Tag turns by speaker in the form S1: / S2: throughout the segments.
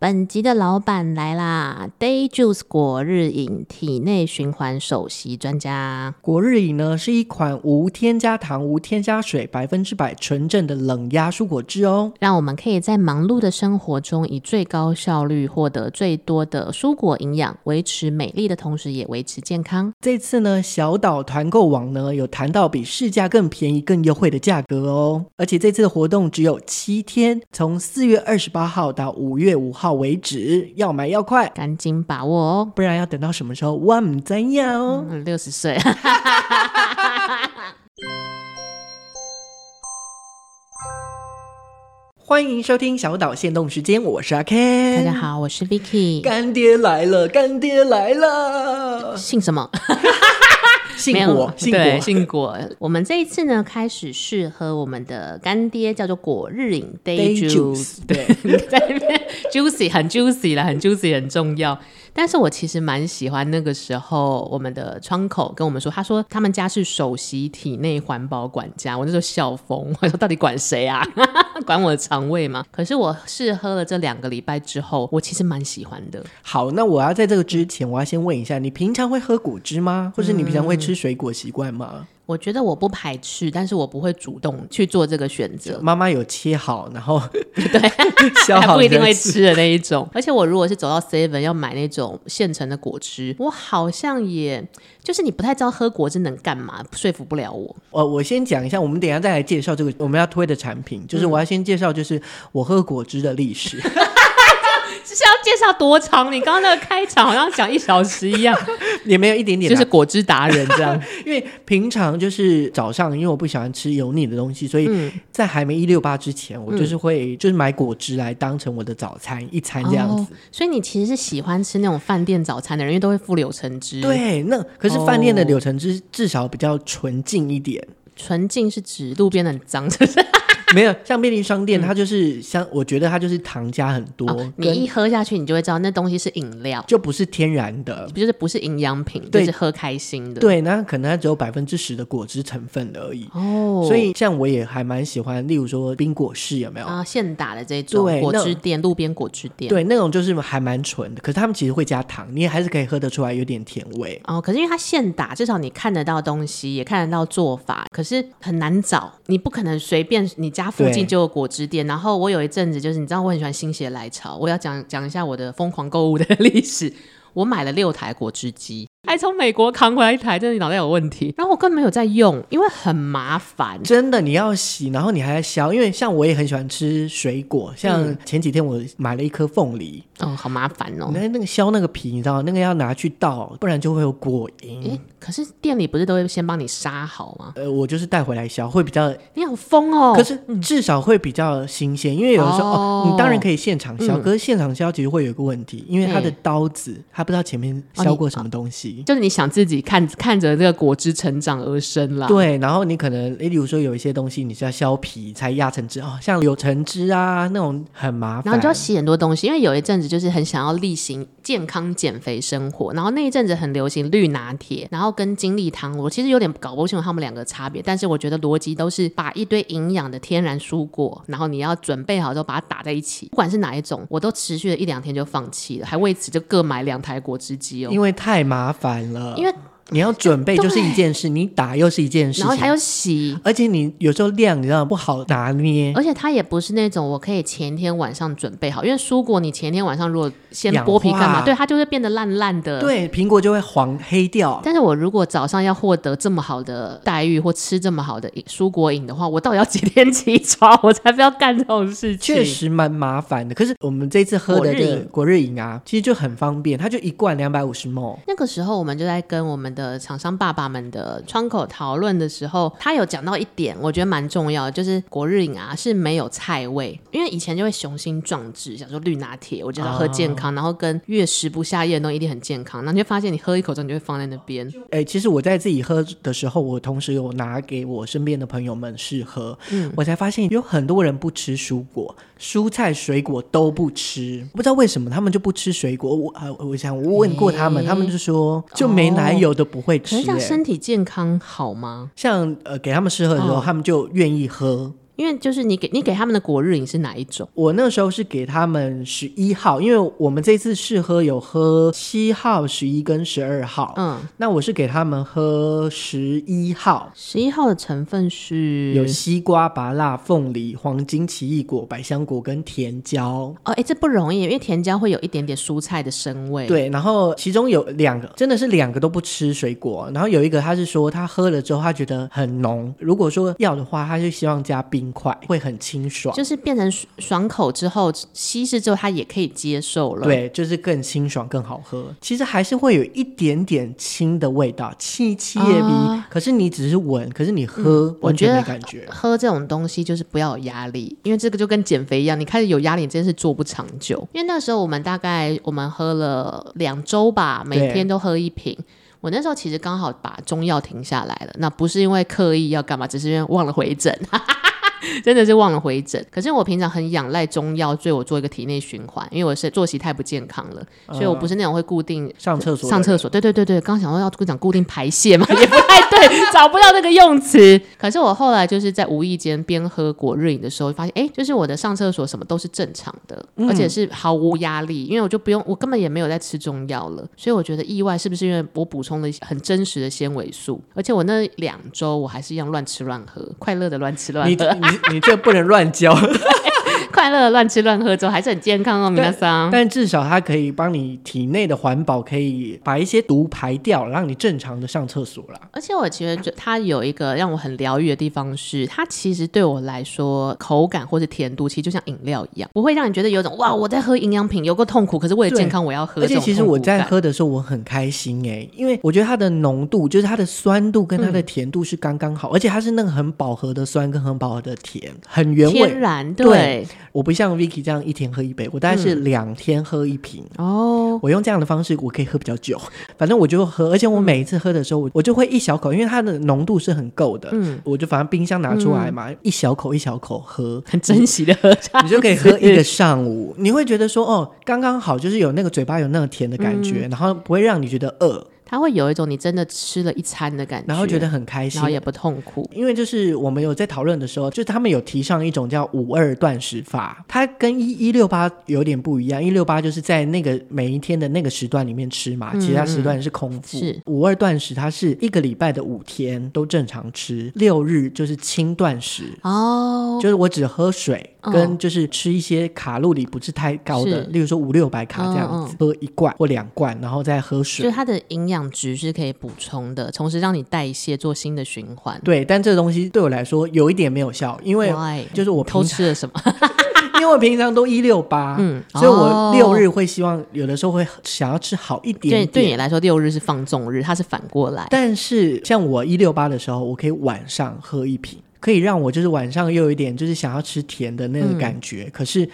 S1: 本集的老板来啦，Day Juice 果日饮体内循环首席专家。
S2: 果日饮呢是一款无添加糖、无添加水、百分之百纯正的冷压蔬果汁哦。
S1: 让我们可以在忙碌的生活中，以最高效率获得最多的蔬果营养，维持美丽的同时，也维持健康。
S2: 这次呢，小岛团购网呢有谈到比市价更便宜、更优惠的价格哦。而且这次的活动只有七天，从四月二十八号到五月五号为止，要买要快，
S1: 赶紧把握哦！
S2: 不然要等到什么时候？我唔知呀哦。
S1: 嗯，六十岁，
S2: 欢迎收听小岛限动时间，我是阿 Ken。
S1: 大家，好，我是 Vicky。
S2: 干爹来了，干爹来了，哦
S1: 姓什么？没
S2: 信
S1: 有
S2: 果，信
S1: 对
S2: 果，
S1: 姓果。我们这一次呢，开始试喝我们的干爹，叫做果日饮 Day
S2: Day
S1: Juice。
S2: Juice，对，
S1: 在那边 juicy 很 juicy 啦，很 juicy 很重要。但是我其实蛮喜欢那个时候我们的窗口跟我们说，他说他们家是首席体内环保管家，我那时候笑疯，我说到底管谁啊？ 管我的肠胃吗？可是我试喝了这两个礼拜之后，我其实蛮喜欢的。
S2: 好，那我要在这个
S1: 嗯
S2: 之前，我要先问一下，你平常会喝果汁吗？或是你平常会吃水果习惯吗？
S1: 我觉得我不排斥，但是我不会主动去做这个选择。
S2: 妈妈有切好，然后对，削
S1: 还
S2: 好
S1: 不一定会
S2: 再吃。
S1: 吃的那一种。而且我如果是走到 Seven 要买那种现成的果汁，我好像也就是你不太知道喝果汁能干嘛，说服不了我。
S2: 我呃我先讲一下，我们等一下再来介绍这个我们要推的产
S1: 嗯
S2: 品，就是我要先介绍，就是我喝果汁的 历史。
S1: 这是要介绍多长？你刚刚那个开场好像讲一小时一样，
S2: 也没有一点点
S1: 就
S2: 啦，
S1: 是果汁达人这样。
S2: 因为平常就是早上，因为我不喜欢吃油腻的东西，所以
S1: 嗯
S2: 在还没一六八之前，我就是会就是买果汁来当成我的早餐一餐这样子。
S1: 哦，所以你其实是喜欢吃那种饭店早餐的人，因为都会附柳橙汁。，
S2: 对，那可是饭店的柳橙汁至少比较纯净一点，
S1: 纯净是指路边的很脏，是不是？
S2: 没有像便利商店，它就是像我觉得它就是糖加很多，
S1: 嗯哦你
S2: 跟
S1: 一喝下去，你就会知道那东西是饮料，
S2: 就不是天然的。
S1: 就是不是营养品，就
S2: 对
S1: 是喝开心的。，
S2: 对，那可能它只有百分之十的果汁成分而已。
S1: 哦，
S2: 所以像我也还蛮喜欢，例如说冰果室有没有？
S1: 啊，现打的这种
S2: 哦对
S1: 果
S2: 那
S1: 汁店，路边果汁店。
S2: 对，那种就是还蛮纯的，可是他们其实会加糖，你也还是可以喝得出来有点甜味。
S1: 哦，可是因为它现打，至少你看得到东西，也看得到做法，可是很难找，你不可能随便你家附近
S2: 对
S1: 就有果汁店。然后我有一阵子就是，你知道我很喜欢心血来潮，我要讲讲一下我的疯狂购物的 历史。我买了六台果汁机，还从美国扛回来一台，真的脑袋有问题。然后我根本没有在用，因为很麻烦。
S2: 真的，你要洗，然后你还要削，因为像我也很喜欢吃水果，像前几天我买了一颗凤梨，
S1: 嗯，好麻烦哦。
S2: 那、那个削那个皮，你知道那个要拿去倒，不然就会有果
S1: 诶、
S2: 蝇。
S1: 可是店里不是都会先帮你杀好吗？
S2: 呃，我就是带回来削，会比较，
S1: 你好疯哦！
S2: 可是至少会比较新鲜，因为有的时候哦
S1: 哦
S2: 你当然可以现场削，
S1: 嗯
S2: 可是现场削其实会有一个问题，因为它的
S1: 嗯
S2: 刀子，它不知道前面
S1: 哦
S2: 削
S1: 你
S2: 过什么东西。
S1: 就是你想自己看看着这个果汁成长而生啦。，
S2: 对，然后你可能，诶，例如说有一些东西你是要削皮才压成汁哦，像柳橙汁啊那种很麻烦。
S1: 然后你就要洗很多东西，因为有一阵子就是很想要例行健康减肥生活，然后那一阵子很流行绿拿铁，然后跟精力汤，我其实有点搞不清楚他们两个差别，但是我觉得逻辑都是把一堆营养的天然蔬果，然后你要准备好之后把它打在一起，不管是哪一种，我都持续了一两天就放弃了，还为此就各买两台果汁机哦，
S2: 因为太麻烦了，
S1: 因为
S2: 你要准备就是一件事，你打又是一件事
S1: 然后还
S2: 情，
S1: 有洗，
S2: 而且你有时候量你知道不好拿捏，
S1: 而且它也不是那种我可以前一天晚上准备好，因为蔬果你前一天晚上如果先剥皮干
S2: 氧
S1: 嘛，
S2: 化
S1: 对它就会变得烂烂的。。
S2: 对，苹果就会黄黑掉。
S1: 但是我如果早上要获得这么好的待遇或吃这么好的饮蔬果饮的话，我到底要几天起床，我才不要干这种事情？
S2: 确，实蛮麻烦的，可是我们这次喝的这
S1: 果日
S2: 个
S1: 饮
S2: 果日饮啊，其实就很方便，它就一罐两百五十 ml，
S1: 那个时候我们就在跟我们的厂商爸爸们的窗口讨论的时候，他有讲到一点，我觉得蛮重要的，就是果日饮啊是没有菜味，因为以前就会雄心壮志，想说绿拿铁，我就是要喝健康，然后跟越食不下咽的东西一定很健康，然后你就发现你喝一口之后，你就会放在那边，
S2: 哎、其实我在自己喝的时候，我同时有拿给我身边的朋友们试喝，
S1: 嗯
S2: 我才发现有很多人不吃蔬果，蔬菜、水果都不吃，不知道为什么他们就不吃水果。我啊，我想我问过他们，
S1: 诶哦
S2: 他们就说就没奶油的不会吃、
S1: 可是这样
S2: 欸
S1: 身体健康好吗？
S2: 像呃，给他们试喝的时候，
S1: 哦
S2: 他们就愿意喝。
S1: 因为就是你给你给他们的果日饮是哪一种？
S2: 我那时候是给他们十一号，因为我们这次试喝有喝七号、十一跟十二号，
S1: 嗯，
S2: 那我是给他们喝十一号，
S1: 十一号的成分是
S2: 有西瓜、芭辣、凤梨、黄金奇异果、百香果跟甜椒。
S1: 哦，哎，这不容易，因为甜椒会有一点点蔬菜的生味。，
S2: 对，然后其中有两个真的是两个都不吃水果，然后有一个他是说他喝了之后他觉得很浓，如果说要的话，他就希望加冰块，会很清爽。
S1: 就是变成爽爽口之后，稀释之后它也可以接受了。，
S2: 对，就是更清爽、更好喝。其实还是会有一点点清的味道，气气叶鼻。
S1: 啊嗯
S2: 可是你只是闻，可是你喝、
S1: 我
S2: 完
S1: 觉
S2: 全没
S1: 得
S2: 感觉。
S1: 喝这种东西就是不要有压力，因为这个就跟减肥一样，你开始有压力，你真是做不长久。因为那时候我们大概我们喝了两周吧，每
S2: 对
S1: 天都喝一瓶。我那时候其实刚好把中药停下来了，那不是因为刻意要干嘛，只是因为忘了回诊。 真的是忘了回诊，可是我平常很仰赖中药，对我做一个体内循环，因为我是作息太不健康了，所以我不是那种会固定
S2: 上厕所的
S1: 上
S2: 人，
S1: 厕所，对对对对，刚想说要讲固定排泄嘛，也不太对，找不到那个用词。可是我后来就是在无意间边喝果日饮的时候，发现哎，诶就是我的上厕所什么都是正常的，而
S2: 嗯
S1: 且是毫无压力，因为我就不用，我根本也没有在吃中药了，所以我觉得意外是不是因为我补充了一些很真实的纤维素，而且我那两周我还是一样乱吃乱喝，快乐的乱吃乱 嗯
S2: 你
S1: 喝，
S2: 你你这不能乱教，
S1: 快乐的乱吃乱喝之后还是很健康哦，
S2: 对
S1: 皆さん。
S2: 但至少它可以帮你体内的环保，可以把一些毒排掉，让你正常的上厕所啦。
S1: 而且我其实觉得它有一个让我很疗愈的地方是，它其实对我来说，口感或是甜度其实就像饮料一样，不会让你觉得有种哇我在喝营养品，有个痛苦，可是为了
S2: 对
S1: 健康我要喝
S2: 而
S1: 这种痛苦感。
S2: 且其实我在喝的时候我很开心哎、因为我觉得它的浓度，就是它的酸度跟它
S1: 嗯
S2: 的甜度是刚刚好，而且它是那个很饱和的酸跟很饱和的甜，很原味
S1: 天。然
S2: 对我不像 Vicky 这样一天喝一杯，我大概是两天喝一瓶。
S1: 嗯哦，
S2: 我用这样的方式，我可以喝比较久。反正我就喝，而且我
S1: 嗯
S2: 每一次喝的时候，我我就会一小口，因为它的浓度是很够的。
S1: 嗯
S2: 我就反正冰箱拿出来嘛，一小口一小口喝，
S1: 很珍惜的喝茶，
S2: 你就可以喝一个上午。你会觉得说，哦，刚刚好，就是有那个嘴巴有那个甜的感觉，
S1: 嗯
S2: 然后不会让你觉得饿，
S1: 它会有一种你真的吃了一餐的感觉，
S2: 然后觉得很开心
S1: 然后。也不痛苦。
S2: 因为就是我们有在讨论的时候，就是他们有提上一种叫五二断食法，它跟一一六八有点不一样。一六八就是在那个每一天的那个时段里面吃嘛，
S1: 嗯
S2: 其他时段是空腹。
S1: 是
S2: 五二断食，它是一个礼拜的五天都正常吃，六日就是轻断食。
S1: 哦，
S2: 嗯就是我只喝水，
S1: 嗯
S2: 跟就是吃一些卡路里不是太高的，
S1: 是嗯
S2: 例如说五六百卡这样子，喝一罐或两罐，然后再喝
S1: 就是
S2: 水。
S1: 它的营养值是可以补充的，同时让你代谢做新的循环。
S2: 对，但这个东西对我来说有一点没有效，因为
S1: Why？
S2: 就是我平
S1: 偷
S2: 常
S1: 吃了什么？
S2: 因为我平常都一六八，
S1: 嗯
S2: 所以
S1: 哦
S2: 我六日会希望有的时候会想要吃好一
S1: 对，
S2: 点
S1: 对
S2: 点。
S1: 你来说六日是放纵日，它是反过来。
S2: 但是像我一六八的时候，我可以晚上喝一瓶，可以让我就是晚上又有一点就是想要吃甜的那个
S1: 嗯
S2: 感觉，可是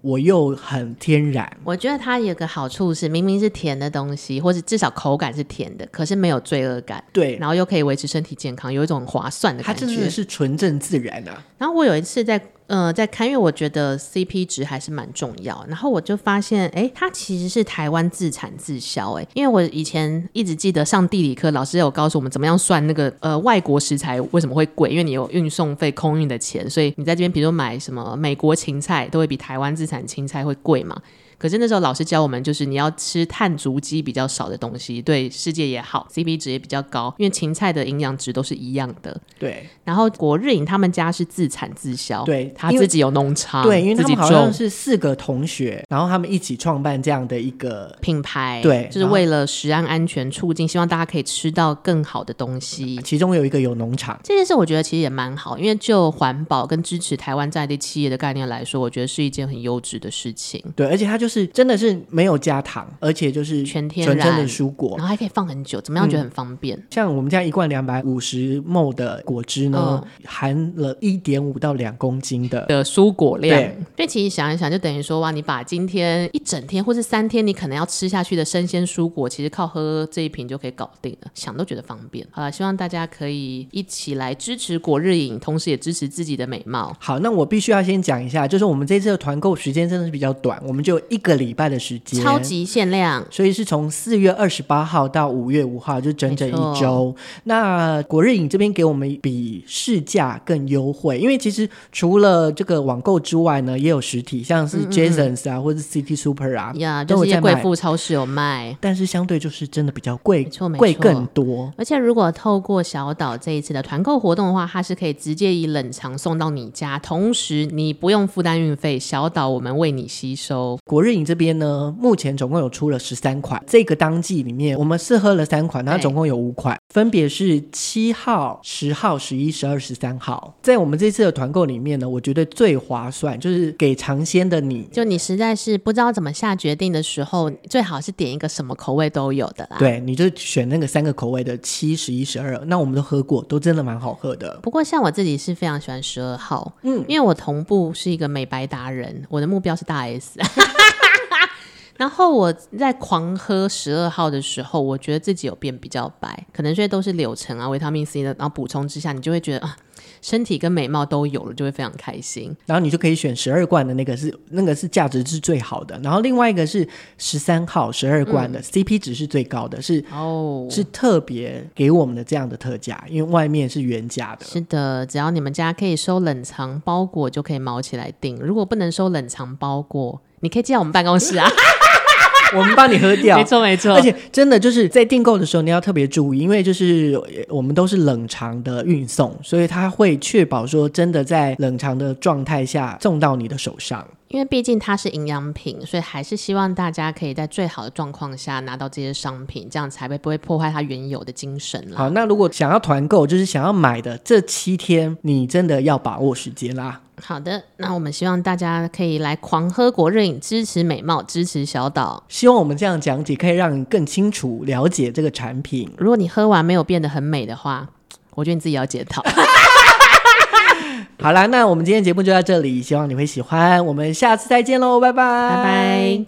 S2: 我又很天然。
S1: 我觉得它有个好处是，明明是甜的东西，或者至少口感是甜的，可是没有罪恶感，
S2: 对，
S1: 然后又可以维持身体健康，有一种很划算的
S2: 它
S1: 感
S2: 真的
S1: 觉。
S2: 是纯正自然啊。
S1: 然后我有一次在呃在看，因为我觉得 CP 值还是蛮重要，然后我就发现，哎，它其实是台湾自产自销，哎，因为我以前一直记得上地理课老师有告诉我们怎么样算那个呃外国食材为什么会贵，因为你有运送费、空运的钱，所以你在这边比如说买什么美国芹菜都会比台湾自产芹菜会贵嘛。可是那时候老师教我们，就是你要吃碳足迹比较少的东西，对世界也好，CP 值也比较高，因为芹菜的营养值都是一样的。
S2: 对、
S1: 然后国日饮他们家是自产自销，
S2: 对
S1: 他
S2: 因为
S1: 自己有农场，
S2: 对，因为他
S1: 啊自己
S2: 们好像
S1: 种
S2: 是四个同学，然后他们一起创办这样的一个。
S1: 品牌，
S2: 对
S1: 就是
S2: 然后
S1: 为了食安安全促进，希望大家可以吃到更好的东西。
S2: 其中有一个有农场，
S1: 这件事我觉得其实也蛮好，因为就环保跟支持台湾在地企业的概念来说，我觉得是一件很优质的事情，
S2: 对，而且它就是真的是没有加糖，而且就是
S1: 全天
S2: 纯正
S1: 然
S2: 的蔬果
S1: 然。后还可以放很久，怎么
S2: 嗯
S1: 样觉得很方便。
S2: 像我们
S1: 嗯
S2: 家一罐两百五十 ml 的果汁呢，含了一点五到两公斤心的。
S1: 的蔬果量
S2: 对，
S1: 所以其实想一想，就等于说哇，你把今天一整天或是三天你可能要吃下去的生鲜蔬果，其实靠喝这一瓶就可以搞定了，想都觉得方便。好了，希望大家可以一起来支持果日饮，同时也支持自己的美貌。
S2: 好，那我必须要先讲一下，就是我们这次的团购时间真的是比较短，我们就有一个礼拜的时间，
S1: 超级限量，
S2: 所以是从四月二十八号到五月五号，就整整一周。那国日影这边给我们比市价更优惠，因为其实除了这个网购之外呢，也有实体，像
S1: 嗯
S2: 是 Jasons 啊，或者是 City Super 啊，
S1: 呀、
S2: 都
S1: 就
S2: 有
S1: 是一些
S2: 在
S1: 贵
S2: 卖。
S1: 妇超市有卖。
S2: 但是相对就是真的比较贵
S1: 没错，没
S2: 贵
S1: 错
S2: 更多。
S1: 而且，如果透过小岛这一次的团购活动的话，它是可以直接以冷藏送到你家，同时你不用负担运费，小岛我们为你吸收。
S2: 国日影这边呢，目前总共有出了十三款，这个当季里面我们试喝了三款，它
S1: 对
S2: 总共有五款，分别是七号、十号、十一、十二、十三号。在我们这次的团购里面呢，我觉得最划算就是给尝鲜的你。
S1: 就你实在是不知道怎么下决定的时候，最好是点一个什么口味都有的啦。。
S2: 对，你就选那个三个口味的七、十一、十二，那我们都喝过，都真的蛮好喝的。
S1: 不过像我自己是非常喜欢十二号，
S2: 嗯
S1: 嗯，因为我同步是一个美白达人，我的目标是大 S。然后我在狂喝十二号的时候，我觉得自己有变比较白，可能所以都是柳橙啊、维他命 C 的，然后补充之下，你就会觉得啊，身体跟美貌都有了，就会非常开心。
S2: 然后你就可以选十二罐的那个是那个是价值是最好的，然后另外一个是十三号十二罐的、CP 值是最高的，是
S1: 哦，
S2: 是特别给我们的这样的特价，因为外面是原价的。
S1: 是的，只要你们家可以收冷藏包裹，就可以毛起来订。如果不能收冷藏包裹，你可以寄到我们办公 室啊。
S2: 我们帮你喝掉
S1: 没。错，没错
S2: 而。且真的就是在订购的时候，你要特别注意，因为就是呃我们都是冷藏的运送，所以它会确保说真的在冷藏的状态下送到你的手上。
S1: 因为毕竟它是营养品，所以还是希望大家可以在最好的状况下拿到这些商品，这样才会不会破坏它原有的精神啦。
S2: 好，那如果想要团购，就是想要买的这七天，你真的要把握时间啦。
S1: 好的，那我们希望大家可以来狂喝国热饮，支持美貌，支持小岛。
S2: 希望我们这样讲解可以让你更清楚了解这个产品。
S1: 如果你喝完没有变得很美的话，我觉得你自己要检 讨。嗯
S2: 好啦，那我们今天节目就到这里，希望你会喜欢，我们下次再见喽，拜拜，
S1: 拜拜。